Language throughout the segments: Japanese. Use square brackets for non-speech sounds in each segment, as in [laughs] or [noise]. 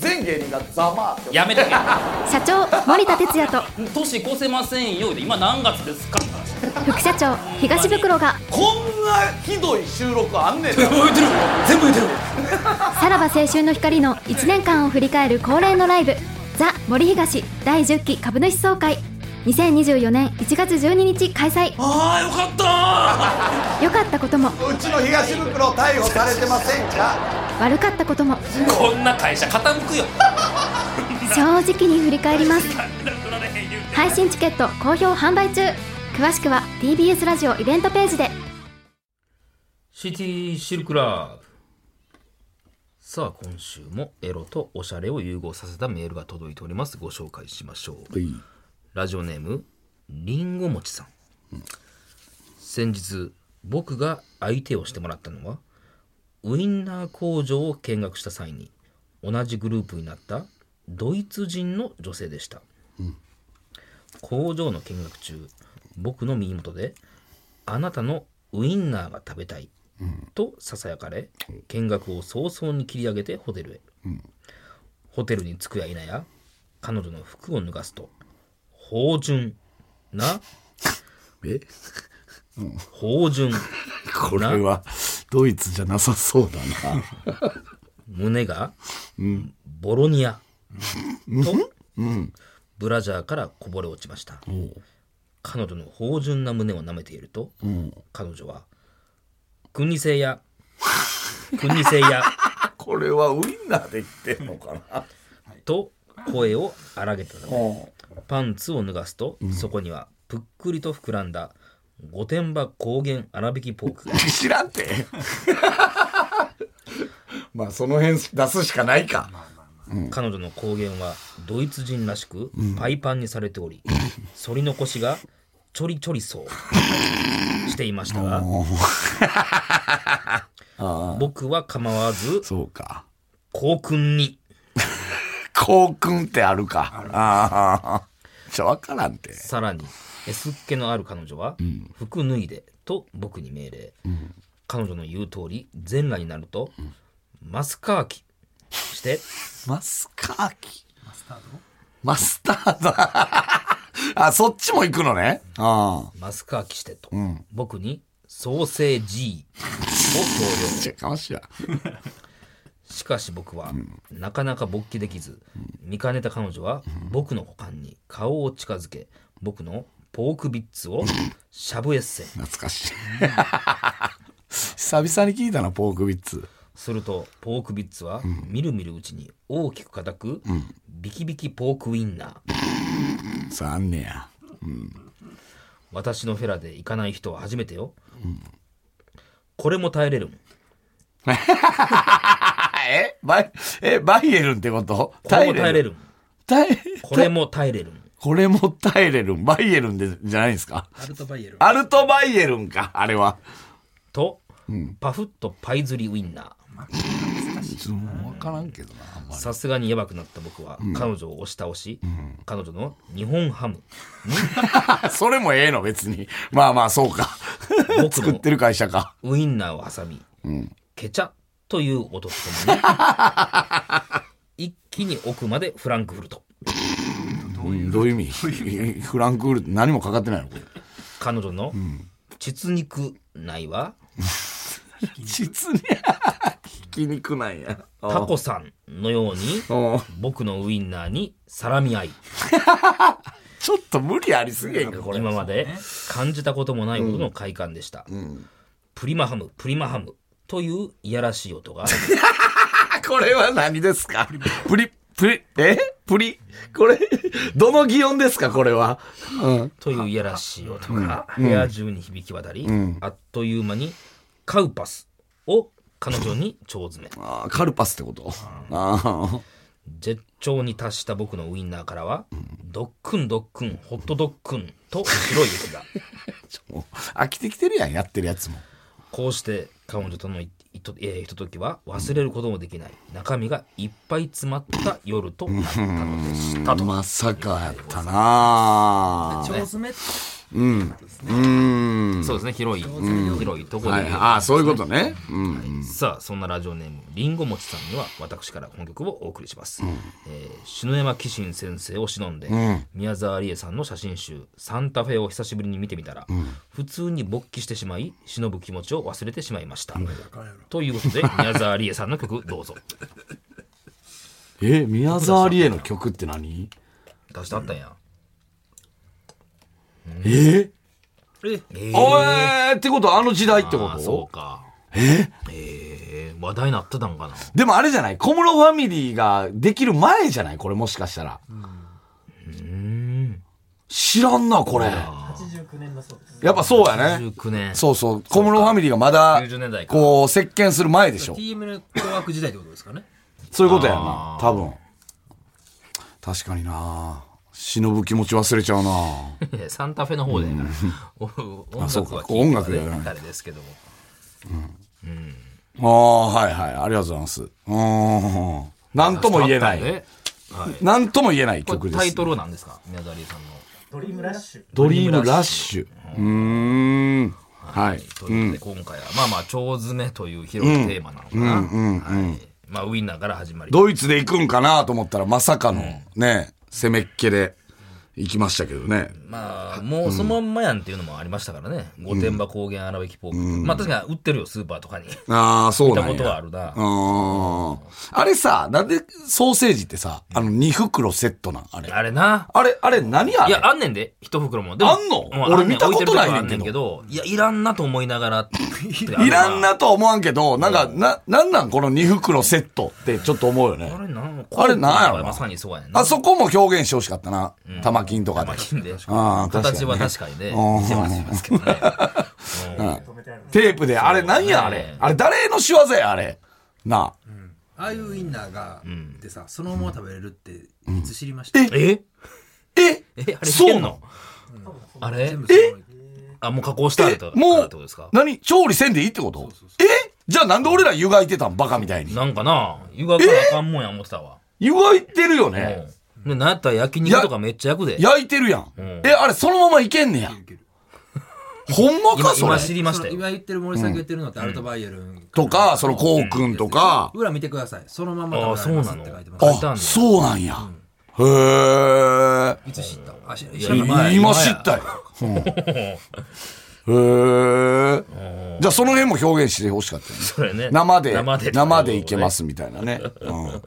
芸人がざまあって思うやめとけ社長森田哲也と年越せませんよで今何月ですか副社長東袋がこんなひどい収録あんねんな言ってる全部言ってるさらば青春の光の1年間を振り返る恒例のライブ「ザ・森東第10期株主総会」2024年1月12日開催ああよかった良かったことも [laughs] うちの東袋逮捕されてませんか悪かったこともこんな会社傾くよ正直に振り返ります取られへん言うて配信チケット好評販売中詳しくは TBS ラジオイベントページでシティシルクラブさあ今週もエロとおしゃれを融合させたメールが届いておりますご紹介しましょうはいラジオネームりんごもちさん、先日僕が相手をしてもらったのはウインナー工場を見学した際に同じグループになったドイツ人の女性でした、工場の見学中僕の耳元で「あなたのウインナーが食べたい」とささやかれ見学を早々に切り上げてホテルへ、ホテルに着くや否や彼女の服を脱がすと芳醇な [laughs] え芳醇これはドイツじゃなさそうだな胸が、ボロニアと、ブラジャーからこぼれ落ちました彼女の芳醇な胸を舐めていると、彼女は「国製や国製や」 [laughs] これはウインナーで言ってんのかな [laughs] と声を荒げたためパンツを脱がすと、そこにはぷっくりと膨らんだ御殿場高原粗挽きポークが知らんてまあその辺出すしかないか彼女の高原はドイツ人らしくパイパンにされており、反り残しがちょりちょりそうしていましたが [laughs] 僕は構わずそうか校訓に校訓ってあるかああじゃあ分からんてさらにエスっ気のある彼女は「服脱いで」と僕に命令、彼女の言う通り全裸になると、マスカーキしてマスカーキマスタードマスタードあそっちも行くのねああマスカーキしてと、僕にソーセージを強要じゃあかましやしかし僕は、なかなか勃起できず、見かねた彼女は、僕の股間に顔を近づけ僕のポークビッツをしゃぶエッセ懐かしい久々に聞いたなポークビッツするとポークビッツは、みるみるうちに大きく硬く、ビキビキポークウインナーさああんねや私のフェラで行かない人は初めてよ、これも耐えれるんあえバイえバイエルンってことこれも耐えれるん耐えこれも耐えれるんこれも耐えれるんバイエルンでじゃないですかアルトバイエルアルトバイエルンかあれはと、パフッとパイズリウインナーもう分からんけどなあんまりさすがにやばくなった僕は、彼女を押し倒し、彼女の日本ハム [laughs] あ [laughs] それもええの別にまあまあそうかの作ってる会社かウインナーを挟み、ケチャという音ととも [laughs] に一気に奥までフランクフルトうんどういう意味フランクフルト何もかかってないのこれ彼女の膣肉内は実に [laughs] ひき肉なんやタコさんのようにお僕のウインナーにさらみ合いちょっと無理ありすぎへん [laughs] かこれ今まで感じたこともないほどの快感でした、プリマハムプリマハムといういやらしい音があこれは何ですかプリプリえプリこれどの擬音ですかこれはうんといういやらしい音が部屋中に響き渡り、あっという間にカウパスを彼女に腸詰めあーカルパスってことああ絶頂に達した僕のウインナーからは、ドックンドックンホットドックンと白い液 [laughs] がもう飽きてきてるやんやってるやつもこうして彼女とのいいとえーひとときは忘れることもできない中身がいっぱい詰まった夜となったのでしたとまさかやったなあ腸詰めそうですね広い、広いところはで、い、ああ、そういうことね。うん。さあそんなラジオネームりんごもちさんには私から本曲をお送りします、えー篠山紀信先生を忍んで、宮沢りえさんの写真集「サンタフェ」を久しぶりに見てみたら、普通に勃起してしまい忍ぶ気持ちを忘れてしまいました、という [laughs] ことで宮沢りえさんの曲どうぞえ、宮沢りえの曲って何出してあったん [laughs] や、ええーおえーってことはあの時代ってこあーとそうかええー話題になってたんかなでもあれじゃない小室ファミリーができる前じゃないこれもしかしたら。知らんな、これ。やっぱそうやね。 19年そうそう。小室ファミリーがまだ90年代、かこう、席巻する前でしょ。 TM の紅白時代ってことですかね。そういうことやな。多分。確かにな忍ぶ気持ち忘れちゃうな。 [laughs] いやサンタフェの方で、お音そう楽かは聞いて音楽やらないあれですけどもああ、はいはい。ありがとうございます。うーん。なんとも言えなあったんい。ではい、なんとも言えないこ曲れでタイす。トルなんですか宮沢りえさんのドリームラッシュ。うーん。はい。ということで今回は、まあまあ腸詰めという広いテーマなのかな、はいまあ、ウインナーから始まりドイツで行くんかなと思ったら、まさかのね、攻めっ気で行きましたけどね。まあもうそのまんまやんっていうのもありましたからね御殿場高原荒引きポーク、まあ確かに売ってるよスーパーとかに見ああ、そうたなんや。ことはあるな、ああれさ、なんでソーセージってさ、あの2袋セットなんあれ。あれなあれ、あれ何あいれや、あんねんで、一袋も。でもあんのう俺あんね見たことないね置いてるこあんんけどねんけど、いや、いらんなと思いながら。 [laughs] いらんなとは思わんけど、なんか、な、なんなんこの2袋セットってちょっと思うよねあ。れなんあれなんやろなまさにそうやねんな。あそこも表現してほしかったな。玉金とかでまあ、。金で。ああ確かに形はね確かにね。うん似てますけどね。 [laughs] [laughs] テープで、あれ何やあれ。あれ誰の仕業やあれ。なあ。ああいうウインナーが、でさ、そのまま食べれるって、いつ知りました、えええあれそうそうなののあれ全部そのままあ、もう加工したらともからっうてことですか、何調理せんでいいってことえじゃあなんで俺ら湯がいてたんバカみたいに。なんかな、湯がかなあかんもんや思ってたわ。湯がいてるよね。うん。で、なんやったら焼肉とかめっちゃ焼くで。焼いてるやん。え、あれそのままいけんねや。ほんま今か、そ今れ。知りましそたのよ。今言ってる森さんが言ってるのってアルトバイエルン。とか、そのこうくんとか。裏見てください。そのままああ、食そべうられますなっのて書いてます。書いてあんあ、ねんそうなんや。へえ。いつ知ったあ、しや知らなかっ前今知ったよ。うんへえ。じゃあその辺も表現してほしかったよね。それね。生で、生生でで。いけますみたいなね。うん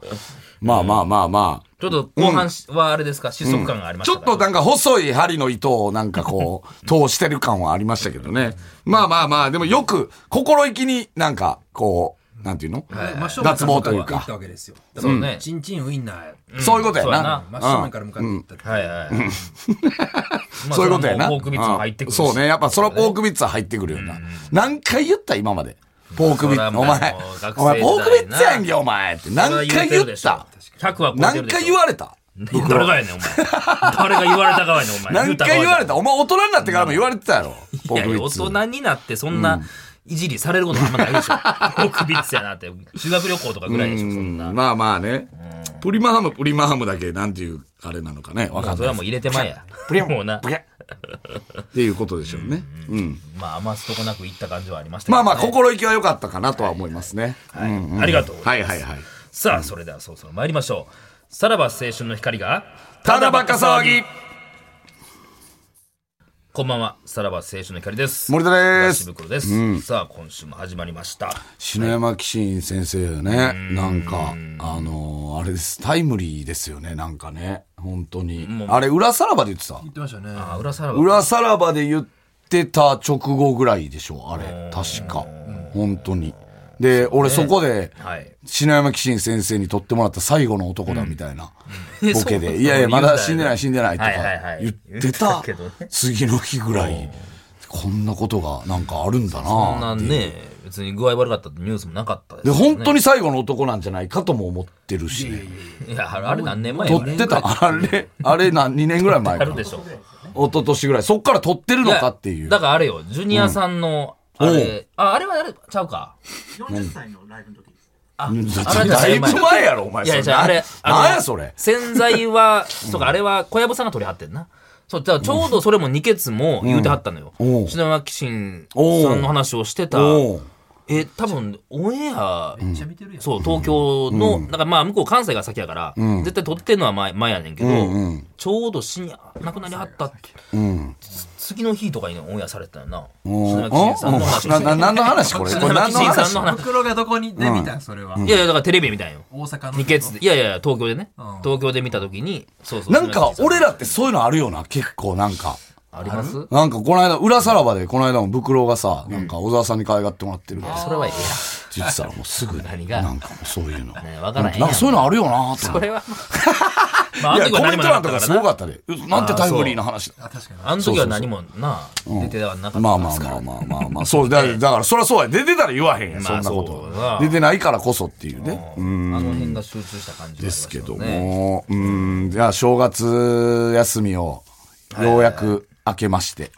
まあまあまあまあ。ちょっと後半はあれですか、失速感がありましちたょっとなんか細い針の糸をなんかこ [laughs] う、通してる感はありましたけどね。まあまあまあ、でもよく心意気になんかこう、なんていうの、た。真正面脱から向毛とかっていっいうかた。わけですよ。だかそらうね。チンチンウインナーや。そういうことやそうやなな。真正面から向かっていったって。はいはいはい。まあ [laughs] そういうことそやな。れはもうポークビッツも入ってくるしうんそうね。やっぱそれはポークビッツは入ってくるよな。何回言った今まで。ポークビッツ。おそ前れはもう、学生お前、時代なポークビッツやんけ、お前って。何回言った100は超えて何るでしょ回言われた誰がやねんお前誰が言われたかやねんお前何回言われたいお前大人になってからも言われてたやろ。ポーやクいやビッ大ツ。人になってそんないじりされることあんまないでしょ僕ビッツやなって修学旅行とかぐらいでしょそんなうんまあまあね。プリマハム、プリマハムだけ、なんていう、あれなのかね。わかんそないれは。もう入れてまえやもうなっていうことでしょうね。うん。まあ余すとこなく行った感じはありましたけどまあねまあ、心意気は良かったかなとは思いますね。うんうんありがとうございますはいはいはい。さあそれではそろそろ参りましょうさらば青春の光がただバカ騒ぎこんばんはさらば青春の光です森田で東す。袋です、さあ今週も始まりました篠山紀信先生よね。なんか、あのー、あれです。タイムリーですよね。なんかね。本当に。あれ、裏さらばで言ってた言ってましたね。あ裏さらば裏さらばで言ってた直後ぐらいでしょ。あれ。確か。本当に。で、俺そこで、はい篠山紀信先生に撮ってもらった最後の男だみたいな、ボケ [laughs] そうで、いやいや、まだ死んでない、死言んうでたないよとかはいはいはい言って言たってたけどね、次の日ぐらい、こんなことがなんかあるんだそんななっんていうね、別に具合悪かったってニュースもなかったですで、よ本当に最後の男なんじゃないかとも思ってるしね、いや、あれ何年前撮やっねてた、あれ、あれな、2年ぐらい前あかるな。で一しょ。昨年ぐらい。そっから撮ってるのかっていやう。だからあれよ、ジュニアさんの、あおれ、あ、あれはあれ、ちゃうか。うんだっあてれだいぶ前やろ、お前。いや、そじれゃああれ、なのなんやそれ。洗剤は、そうか、あれは小籔さんが取り張ってんな。そう、だからちょうどそれも二ケツも言うてはったのよ。おう篠山紀信さんの話をしてたおう。え、多分、オンエア、めっちゃ見てるやん。そう、東京の、なんかまあ、向こう関西が先やから、絶対撮ってんのは前前やねんけど、ちょうど深夜、亡くなりはった、つ次の日とかにオンエアされてたよな。おう篠山紀信さんの話をなしてな何の話これこ [laughs] 篠れ山何紀信さんの話の話。袋がどこにで見たんそれは。いやいや、だからテレビ見たんよ。大阪の。二ケツで、いやいや、東京でねん。東京で見たときに、そうそう。なんか篠山紀信さ俺らってそういうのあるよな結構なんか。んありますなんかこの間、裏さらばで、この間もブクロがさ、なんか小沢さんに可愛がってもらってるからそれはええや。実はもうすぐ、なん何かがもうそういうの。ねわからへんやんなんかそういうのあるよなとこ思って。れは。まあ、あのいや、時はコ何メンもなトか欄ったかとからすごな。かったで。なんてタイムリーな話だ。あ確かに。あの時は何もな、出てはなかった。まあまあまあまあまあまあ、そう、だだからそりゃそうや。出てたら言わへんやん、そまんあなことそうだなは。出てないからこそっていうね。あの辺が集中した感じはありまでしすたけよどねも、うん、じゃあ正月休みをようやく明けまして、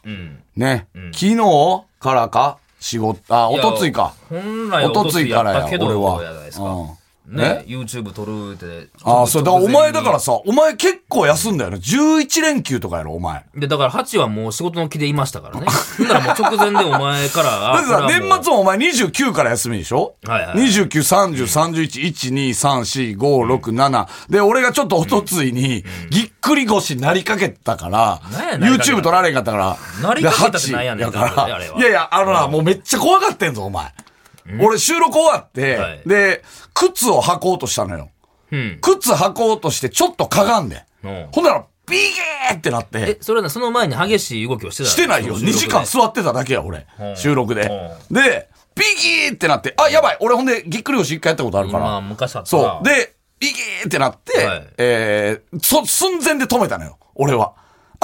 ね、昨日からか、仕事、あ、いおやとついか。本来おとついやったけど、俺はやないですか。うんね、YouTube 撮るって。ああ、そう、だからお前だから直さ、お前結構休んだよな。11連休とかやろ、お前。前に。で、だから、ハチはもう仕事の気でいましたからね。ほんならもう直前でお前から、 [laughs] だっあてさ、これは年もう末もお前29から休みでしょはいはい ?29、30、31、1、2、3、4、5、6、7。で、俺がちょっとおとついに、ぎっくり腰になりかけたからなんや、なりかけた YouTube 撮られへんかったから。なりかけたってでなんやねん八やかあれら。はいやいや、あのな、もうめっちゃ怖がってんぞ、お前。俺収録終わっはいて、で、靴を履こうとしたのよ。うん。靴履こうとして、ちょっとかがんでうん。ほんなら、ビゲーってなって。え、それはねその前に激しい動きをしてたしてないよ。2時間そ座ってただけや、俺うん。収録で。で、ピギーってなって、あ、やばい俺ほんで、ぎっくり腰一回やったことあるかまあ、ら。昔あったなそう。、で、ピギーってなって、はいえー、そ、寸前で止めたのよ、俺は。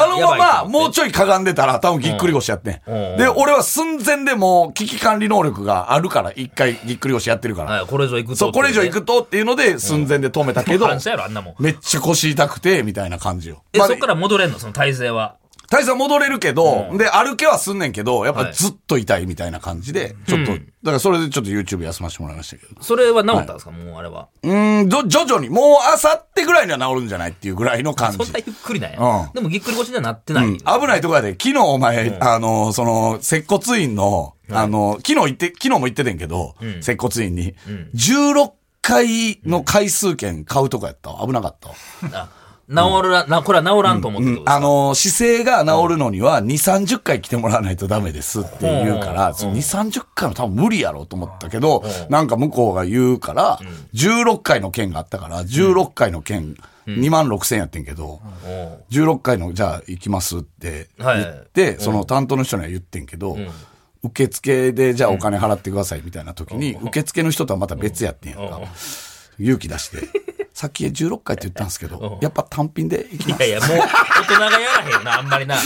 あのまやばいとま、思ってもうちょいかがんでたら、多分ぎっくり腰やってん。うんうんで、俺は寸前でもう、危機管理能力があるから、一回ぎっくり腰やってるから。はい、これ以上行くと。そう、これ以上行くとっていうので、寸前で止めたけけど。ど、反射やろ、あんなもん。めっちゃ腰痛くて、みたいな感じよ。え、まあそっから戻れんのその体勢は。体勢は戻れるけど、うんで、歩けはすんねんけど、やっはぱいずっと痛いみたいな感じで、ちょっと、だからそれでちょっと YouTube 休ませてもらいましたけど。それは治ったんですか、もうあれは。うーん、ど徐々に、もうあさってぐらいには治るんじゃないっていうぐらいの感じ。そんなゆっくりなんや。うんでもぎっくり腰にはなってない。うん危ないとこやで、昨日お前、あの、その、接骨院の、あの、昨日行って、昨日も行っててんけど、接骨院に、16回の回数券買うとこやったわ。危なかったわ。あ治るら、な、これは治らんと思ってことですあの、姿勢が治るのには、2、30回来てもらわないとダメですって言うから、その2、30回も多分無理やろうと思ったけど、なんか向こうが言うから、16回の券があったから、16回の券、2万6千やってんけど、おう16回の、じゃあ行きますってはい言って、その担当の人には言ってんけど、受付で、じゃあお金払ってくださいみたいな時に、受付の人とはまた別やってんやんか。勇気出して、さっき16回って言ったんですけど、やっぱ単品で行きます。いやいや、もう、大人がやらへんな、あんまりな。多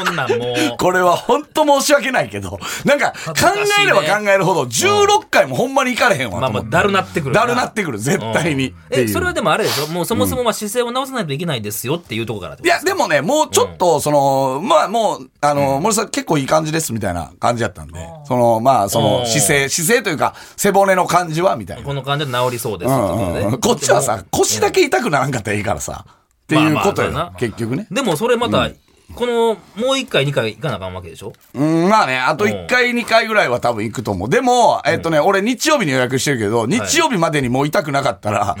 分、そんなんもう。 [laughs] これは本当申し訳ないけど、なんか考えれば考えるほど、16回もほんまに行かれへんわまとあま思あ、って。だるなってくる。だるなってくる、絶対に。っていえ、うそれはでもあれでしょもうそもそもまあ姿勢を直さないといけないですよっていうところからっていことや、でもね、もうちょっと、その、まあもう、あの、森さん結構いい感じですみたいな感じやったんで、その、まあ、そうんの姿勢、姿勢というか、背骨の感じはみたいなこ。の感じで治りそうですうってことんでうんうんこっちはさ、腰だけ痛くならんかったらいいからさ、っていうこまあまとあよまあ、結局ね。でもそれまた、この、もう一回、二回行かなあかんわけでしょうん、まあね、あと1回、2回ぐらいは多分行くと思う。でも、えっとね、俺日曜日に予約してるけど、日曜日までにもう痛くなかったら、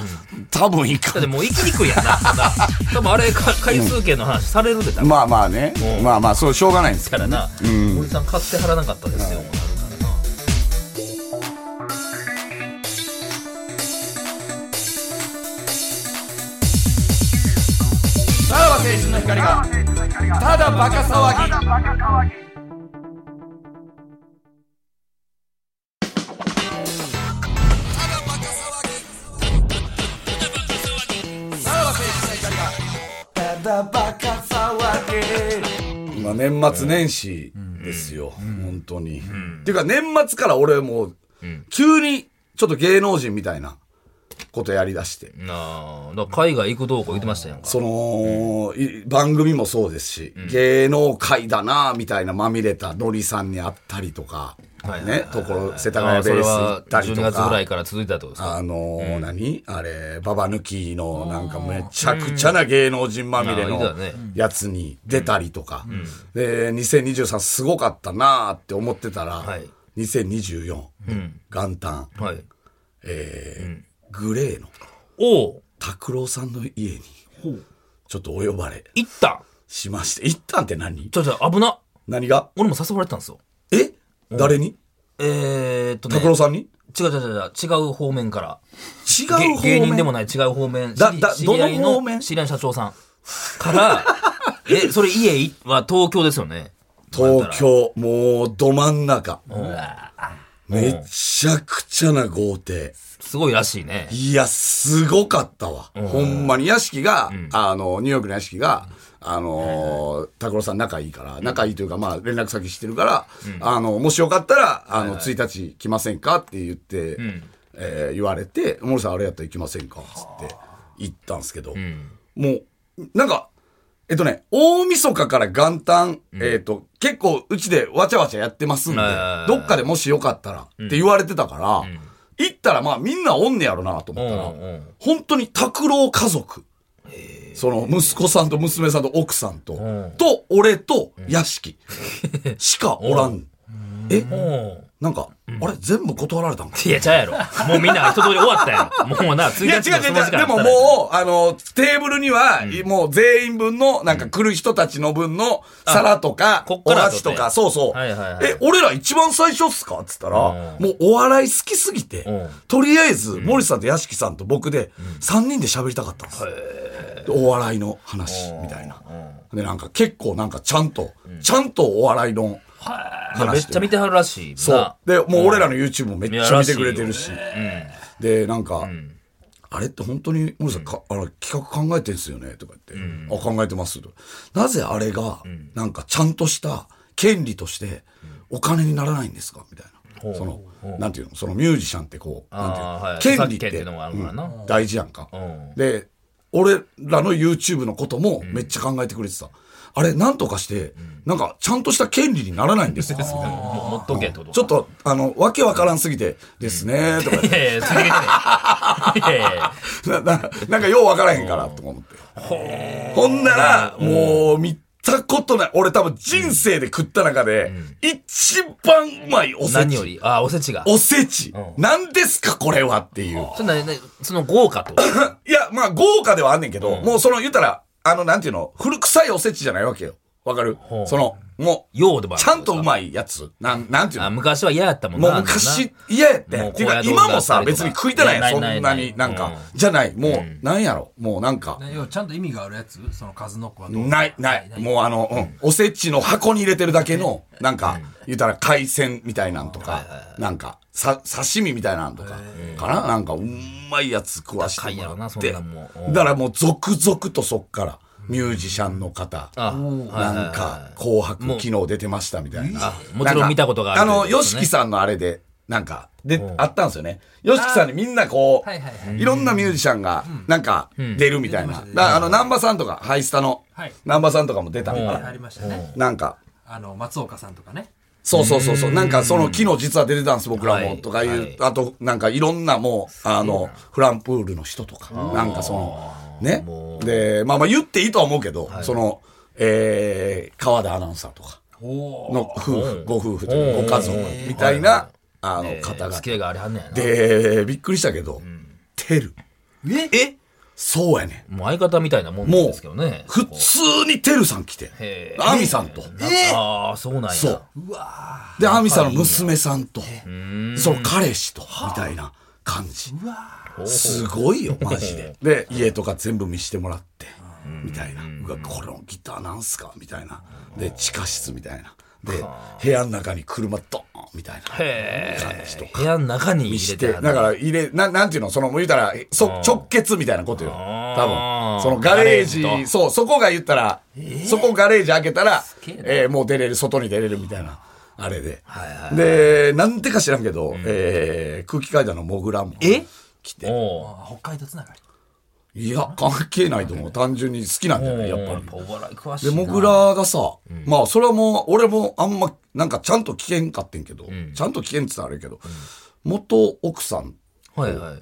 多分行だかってん。もう行きにくいやん [laughs] な。そんな多分あれか、回数券の話されるでたまあまあね、まあまあ、そう、しょうがないんですけかど。らな。森さん買ってはらなかったですよ。もうなるからなさらば青春の光が、ただバカ騒ぎ。ただバカ騒げまあ年末年始ですよ、本当に。っていうか年末から俺もう、急にちょっと芸能人みたいなことやりだして。なあだから海外行くどうこう言ってましたやんかその、い番組もそうですし、芸能界だなみたいなまみれたのりさんに会ったりとか、はいはいはいね、ところ、世田あ谷あベそれース行はったり12と月ぐらいか。から続いてたってことですかあのー何あれ、ババ抜きのなんかめちゃくちゃな芸能人まみれうんあのーいたねやつに出たりとか、で、2023すごかったなーって思ってたら、はい2024、元旦、はいえーグレーのおお拓郎さんの家に、ちょっとお呼ばれ。行ったしまして。一旦って何ちょちょ危な何が俺も誘われてたんですよえ誰にえー、っとね拓郎さんに違う違う違う違う方面から違うげ方面芸人でもない違う方面だ知りだ知り合いどの方面知り合いの社長さんから [laughs] えそれ家いは東京ですよね東京、もうど真ん中。めちゃくちゃな豪邸。すごいらしいねいや、すごかったわ。ほんまに屋敷が、あの、ニューヨークの屋敷が、あのー、拓郎さん仲いいから、仲いいというか、まあ、連絡先知ってるから、あの、もしよかったら、あの、1日来ませんかって言って、えー言われて、森さんあれやったら行きませんかっつって行ったんですけど、もう、なんか、えっとね、大晦日から元旦、えっと、結構うちでわちゃわちゃやってますんであ、ーどっかでもしよかったらって言われてたから、行ったらまあみんなおんねやろなと思ったら、うんうん本当に拓郎家族。その息子さんと娘さんと奥さんと、んと俺と屋敷しかおらん。えうんなんか、あれ全部断られたんかいや、ちゃうやろ。もうみんな一通り終わったやろ。もうな、い次や違う違う違う。でもう。もう、あの、テーブルには、もう全員分の、なんか来る人たちの分の皿とか、こっおから箸とか、そうそう。はいはいはいえ、俺ら一番最初っすかっつったら、うんもうお笑い好きすぎてうん、とりあえず、森さんと屋敷さんと僕で、3人で喋りたかったんです。でお笑いの話、みたいな。で、なんか結構なんかちゃんと、ちゃんとお笑いのいやめっ話してちゃ見てはるらしい。そうな。で、もう俺らの YouTube もめっちいやゃら見しいてよくれてるし。で、なんか、あれって本当に、森さん、かあの企画考えてんすよねとか言って、あ、考えてますと。なぜあれが、なんかちゃんとした権利として、お金にならないんですかみたいな。その、なんていうのそのミュージシャンってこう、あーなはいんていうの権利著作権っっていてうのがあるからなうん大事やんかん。で、俺らの YouTube のこともめっちゃ考えてくれてた。あれ、なんとかして、なんか、ちゃんとした権利にならないんで [laughs] すかもう持っとけってこと。ちょっと、あの、わけわからんすぎて、ですね、とか [laughs] いやいや、続けてね。いやいやいやな、な、なんかようわからへんから、とか思って。ほんなら、もう、見たことない。俺多分人生で食った中で、一番うまいおせ何よち。り、あ、おせちが。おせち。何ですか、これはっていう。そんな、ねその豪華ってこと。いや、まあ、豪華ではあんねんけど、もうその、言ったら、あの、なんていうの、古臭いおせちじゃないわけよ。わかるほうその、もう、ようでば [laughs] ちゃんとうまいやつ。なん、なんていうのあ、昔は嫌やったもんもな。うあん昔な、嫌やって。もうんていう高か、野豆腐今もさ、だったり別とかに食いたないやん、いやそんないなないに、なないんうんか。じゃない。もう、なんやろ。もうなんか、ね要はちゃんと意味があるやつその数の子はどうない、ない。もうあの、うんおせちの箱に入れてるだけの、なんか、言ったら海鮮みたいなんとか、なんか、さ、刺身みたいなんとか、かななんか、うんまいやつ食わして高いやろもらなっそて。んなんもううんだからもう、続々とそっから、ミュージシャンの方、あなんか、紅白昨日出てましたみたいな。もちろん見たことがあるあの、ということね YOSHIKI さんのあれで、なんか、で、あったんですよね。YOSHIKI さんにみんなこはいはいはう、いろんなミュージシャンが、なんか、出るみたいな。だからあの、南波さんとか、ハイスタのはい、南波さんとかも出たのかあなりましたねなんか、あの松岡さんとかねそうそうそうそう。なんかその昨日実は出てたんです僕らはもいとかい、はいうあとなんかいろんなもう、あの、フランプールの人とか、なんかその、ね。で、まあまあ言っていいとは思うけど、その、えー、川田アナウンサーとかの夫婦、ご夫婦というかご家族みたいな、あの方が付き合いがあれはんねやな。で、びっくりしたけど、テル。ええそうやねん。もう相方みたいなもんなんですけどね。普通にテルさん来へて、ーアミさんと。ああ、そうなんや。そう。。で、アミさんの娘さんと、その彼氏と、みたいな感じ。すごいよ、マジで。で、家とか全部見してもらって、みたいな。うわ、このギターなんすかみたいな。で、地下室みたいな。で、部屋の中に車ドーンみたいなへ感じとえ。か。部屋の中に入しれて、てだはかる。ら入れ、ななんていうのその、言うたら、そ直結みたいなことよ。あー多分。そのガレーガレージジ、とそう、そこが言ったら、そこガレージ開けたらげえな、えーもう出れる、外に出れるみたいな、あれで。で、なんでか知らんけど、えー空気階段のモグラも。え来おて。おあ北海道つながりいや、関係ないと思う。単純に好きなんじゃうないやっやっぱり。ぱお笑い詳しいで、なモグラがさ、まあ、それはもう、俺もあんま、なんかちゃんと聞けんかってんけど、ちゃんと聞けんって言ったらあれやけど、元奥さん、はいはい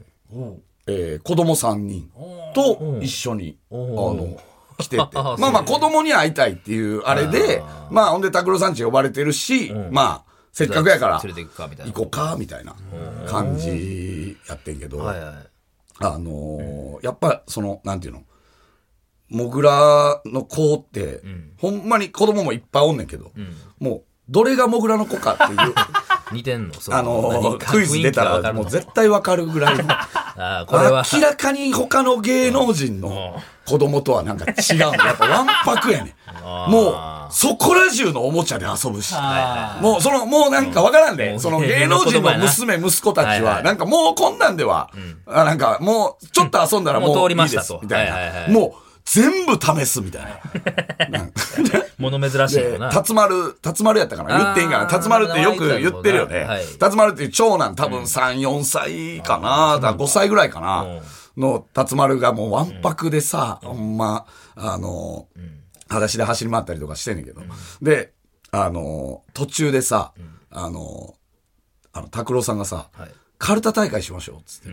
えー子供3人と一緒に、あの、来 [laughs] てて。まあまあ、子供に会いたいっていうあれで、まあ、ほんで、拓郎さんち呼ばれてるし、まあ、せっかくやから、連れていくかみたい行なこうか、みたいな感じやってんけど、はいはいあのーやっぱその、なんていうの、モグラの子って、ほんまに子供もいっぱいおんねんけど、もう、どれがモグラの子か [laughs] っていう、似てんのそあのークイズ出たら、もう絶対わかるぐらいの、ああこれは明らかに他の芸能人の子供とはなんか違うの。 [laughs] やっぱわんぱくやねん。もう、そこら中のおもちゃで遊ぶし。もう、その、もうなんかわからんで、うんその芸能人の娘、息子たはいちはは、いなんかもうこんなんでは、あなんかもう、ちょっと遊んだらうんもうもう通りいいましでたすと、みたはいはいいはな。いもう、全部試すみたいな。もの珍しいでよな、辰丸、辰丸やったかなあー言っていいんかな辰丸ってよく言ってるよねはい。辰丸っていう長男多分3、4歳かな、だから5歳ぐらいかな、の辰丸がもうわんぱくでさ、ほんま、あの、裸足で走り回ったりとかしてんねんけど。で、あの、途中でさ、あの、あの、拓郎さんがさ、はいカルタ大会しましょう、つって。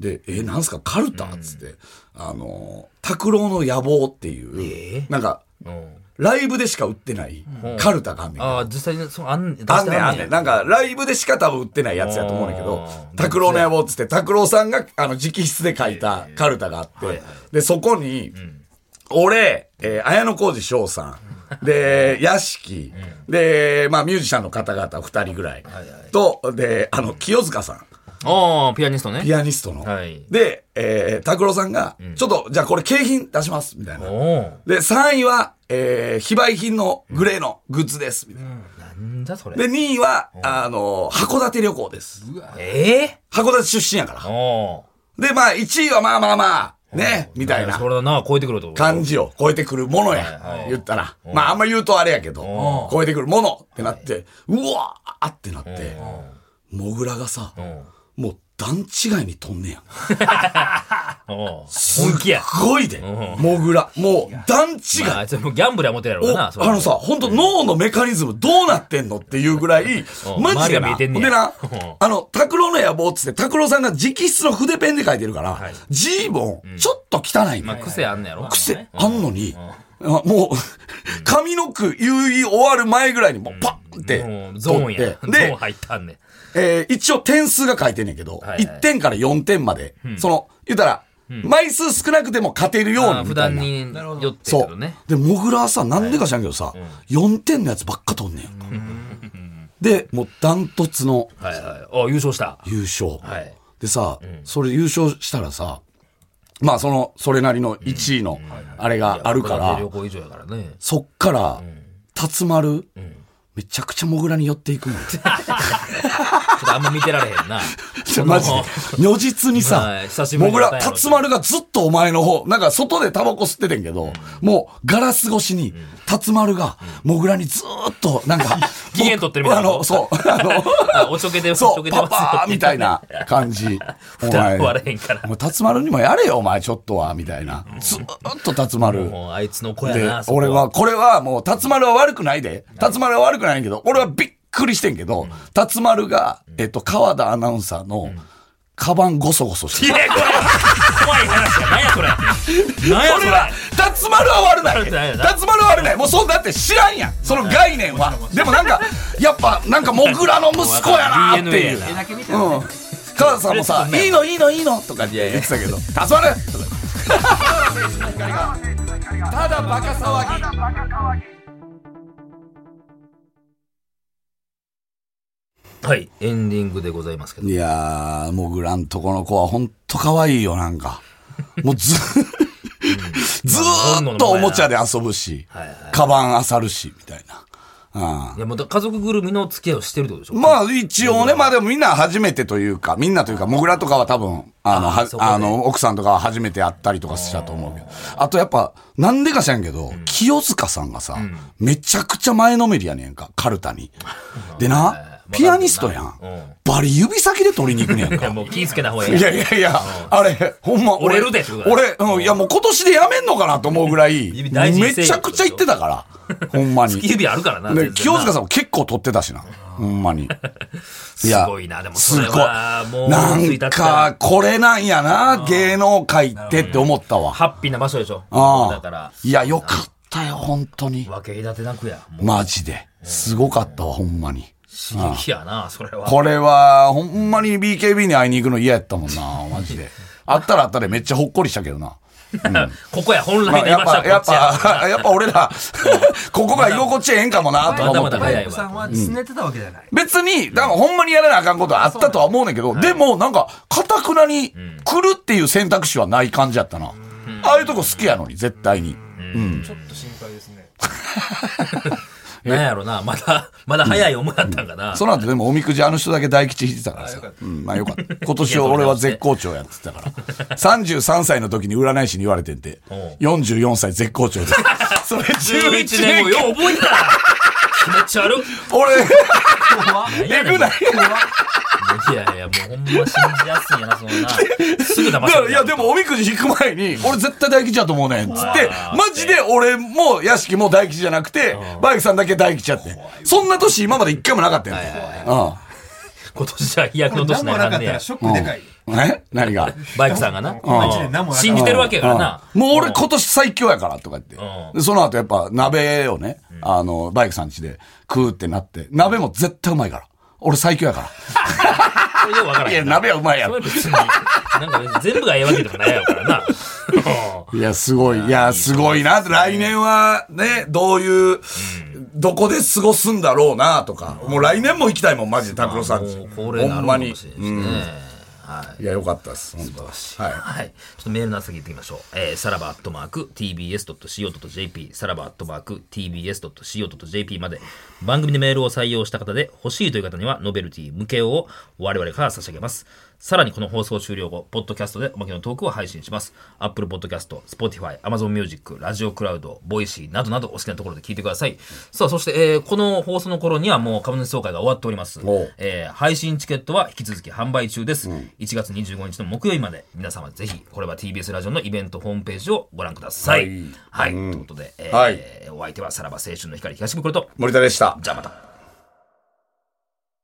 で、えー、なんすか、カルタっつって、あの、拓郎の野望っていう、えーなんか、うん、ライブでしか売ってないカルタがあんねん。ああ実際にそうあんあんねん、あんねん。なんんか、ライブでしか多分売ってないやつやと思うねんだけどう、ん拓郎の野望っつって、拓郎さんが、あの、直筆で書いたカルタがあって、で、そこに、俺、えー、綾小路翔さ [laughs] ん、で、屋敷、で、まあ、ミュージシャンの方々2人ぐらい、と、で、あの、清塚さん。ああピアニストねピアニストの。はいで、えー、拓郎さんが、ちょっと、じゃあこれ景品出します、みたいな。おおで、3位は、えー、非売品のグレーのグッズです、みたいな。なんだそれで、2位は、あの、函館旅行です。ええ函館出身やから。おで、まあ、1位はまあまあまあ、ね、みたいなそれだな超えてくると感じを超えてくるものはいはやい。言ったら。まあ、あんま言うとあれやけどお、超えてくるものってなって、うわーってなって、モグラがさ、んもう段違いに飛んねやん。おうす本気やっごいで、モグラ。もう段違い。まああいつはもうギャンブルは持てるやろうおなあそれはのさ、本当脳のメカニズムどうなってんのっていうぐらい、んマジ周でりが見な。えてんねでやうなん、あの、拓郎の野望っつって、拓郎さんが直筆の筆ペンで書いてるから、字もちょっと汚いねまあ癖あんねやろ癖あんのに、あもう、髪の句遊戯終わる前ぐらいにもうパッってもうゾーン取っやてゾ、 [laughs] ーンで、入ったんねえー一応点数が書いてんねんけど、はいはい1点から4点まで、その、言ったら、枚数少なくても勝てるようあにあみ普たい段な。によってけそどうね。で、モグラはさ、なんでか知らんけどさ、4点のやつばっか取んねん。で、もうダントツのはいはいお優勝した優勝。はいでさ、それ優勝したらさ、まあその、それなりの1位の、あれがあるかいやら旅、行以上やからねそっから、辰丸、めちゃくちゃモグラに寄っていくのよ。ちょっとあんま見てられへんな [laughs] その [laughs] マジで。如実にさはい久し、ぶりモにグ会っラたん、やろ辰丸がずっとお前の方、なんか外でタバコ吸っててんけど、もうガラス越しに、辰丸が、モグラにずーっと、な [laughs] んか、機嫌取ってるみたいなあの、そう、あ [laughs] あの、おちょけておちょそう、けてますパよパーみたいな感 [laughs] じ。お段割れへんからもう辰丸にもやれよ、お前ちょっとは、みたいな。ずーっと辰丸。もうあいつの子やでな、そこ俺は、これはもう、辰丸は悪くないで。辰丸は悪くないんやけど、俺はびっくりしてんけど、辰丸が、えっと、川田アナウンサーの、カバンごそごそしている。やここれ怖い話や何やこれ何やそれれは、辰丸は悪ない。悪くないよな辰丸は悪ない。もうそうだって知らんやん。その概念は。でもなんか、やっぱ、なんか、モグラの息子やなっていう。 DNA うやんな。川田さんもさ、いいのいいのいいのとか言ってたけど、[laughs] 辰丸とかただバカ騒ぎ。はいエンディングでございますけどいやー、もぐらんとこの子はほんと可愛いよ、なんか。もうず、ずーっとおもちゃで遊ぶし、カバン漁るし、みたいな。いやもうだ家族ぐるみの付き合いをしてるってことでしうょん、まあ、一応ね、まあでもみんな初めてというか、みんなというか、もぐらとかは多分、あの、はそこであの、奥さんとかは初めて会ったりとかしたと思うけど。あとやっぱ、なんでか知らんけど、清塚さんがさ、めちゃくちゃ前のめりやねんか、カルタに。でな、ピアニストやんうん。バリ指先で取りに行くねやんいや、か。もう気ぃつけた方がいい。 [laughs] いやいやいや、あれ、ほんま、折れるでってことだ俺、うん、いやもう今年でやめんのかなと思うぐらい、指大事にめせえよちゃくちゃ言ってたから、ほんまに。指あるからな。全然ねな清塚さんも結構取ってたしな。ほ [laughs] んまに。いすごいな、でもそれは、もう、なんたか、これなんやな、芸能界ってって思ったわ。ハッピーな場所でしょ。ああだから、いや、よかったよ、本当に。分け隔てなくや。もうマジで。すごかったわ、ほんまに。刺激やな、それは。これは、ほんまに BKB に会いに行くの嫌やったもんな、[laughs] マジで。あったらあったでめっちゃほっこりしたけどな。ここや、本来まあ、のや居っ場所ぱ、やはっこっちや。ぱ、 [laughs] やっぱ俺ら、ここが居心地ええんかもな、とか思まっだまだた早い大わけど。悟さんは拗ねてたわけじゃない。別に、だからほんまにやらなあかんことはあったとは思うねんけど、でもなんか、かたくなに来るっていう選択肢はない感じやったな。ああいうとこ好きやのに、絶対に。ちょっと心配ですね。なんやろな、まだ、まだ早い思いだったんかな。その後でもおみくじあの人だけ大吉引いてたからさ。うん、まあよかった。今年は俺は絶好調やっつってたから。33歳の時に占い師に言われてんてん、 44歳絶好調 [laughs] で。それ11 11年後、年間。よう覚えてたな気持ち悪っ。俺、怖っえぐない。いやいや、もうほんま信じやすいんやな、そのな。すぐ騙だされからるいやでもおみくじ引く前に、俺絶対大吉やと思うねん。つって、マジで俺も屋敷も大吉じゃなくて、バイクさんだけ大吉やって。そんな年今まで一回もなかったよ。う今年じゃ飛躍の何年なんもやなかかっんたねやら。ショックでかい。ん。え [laughs] 何がバイクさんがな。一年何もなかった信じてるわけやからな。うんもう俺今年最強やからとか言って。でその後やっぱ鍋をね、あの、バイクさん家で食うってなって、鍋も絶対うまいから。俺最強やか。それようわかららいへや、んな。鍋はうまいやそろれ。別に、なんか別に全部がええわけでもないやろからな。いや、すごい。いや、すごいな。来年はね、どういう、どこで過ごすんだろうなとか。もう来年も行きたいもん、マジで、拓郎さん家。もう恒例になほるかんまもに。しれうないですんね。いや、よかったです。本当はい。はい。ちょっとメールの先行っていきましょう。えー、さらばアットマーク tbs.co.jp、さらばアットマーク tbs.co.jp まで、番組でメールを採用した方で欲しいという方には、ノベルティ向けを我々から差し上げます。さらにこの放送終了後、ポッドキャストでおまけのトークを配信します。Apple Podcast、Spotify、Amazon Music、ラジオクラウド、ボイシーなどなどお好きなところで聞いてください。さあ、そして、えーこの放送の頃にはもう株主総会が終わっております。おうえー配信チケットは引き続き販売中です、1月25日の木曜日まで皆様ぜひこれは TBS ラジオのイベントホームページをご覧くださいはい、ということで、えーはいお相手はさらば青春の光東袋と森田でした。じゃあまた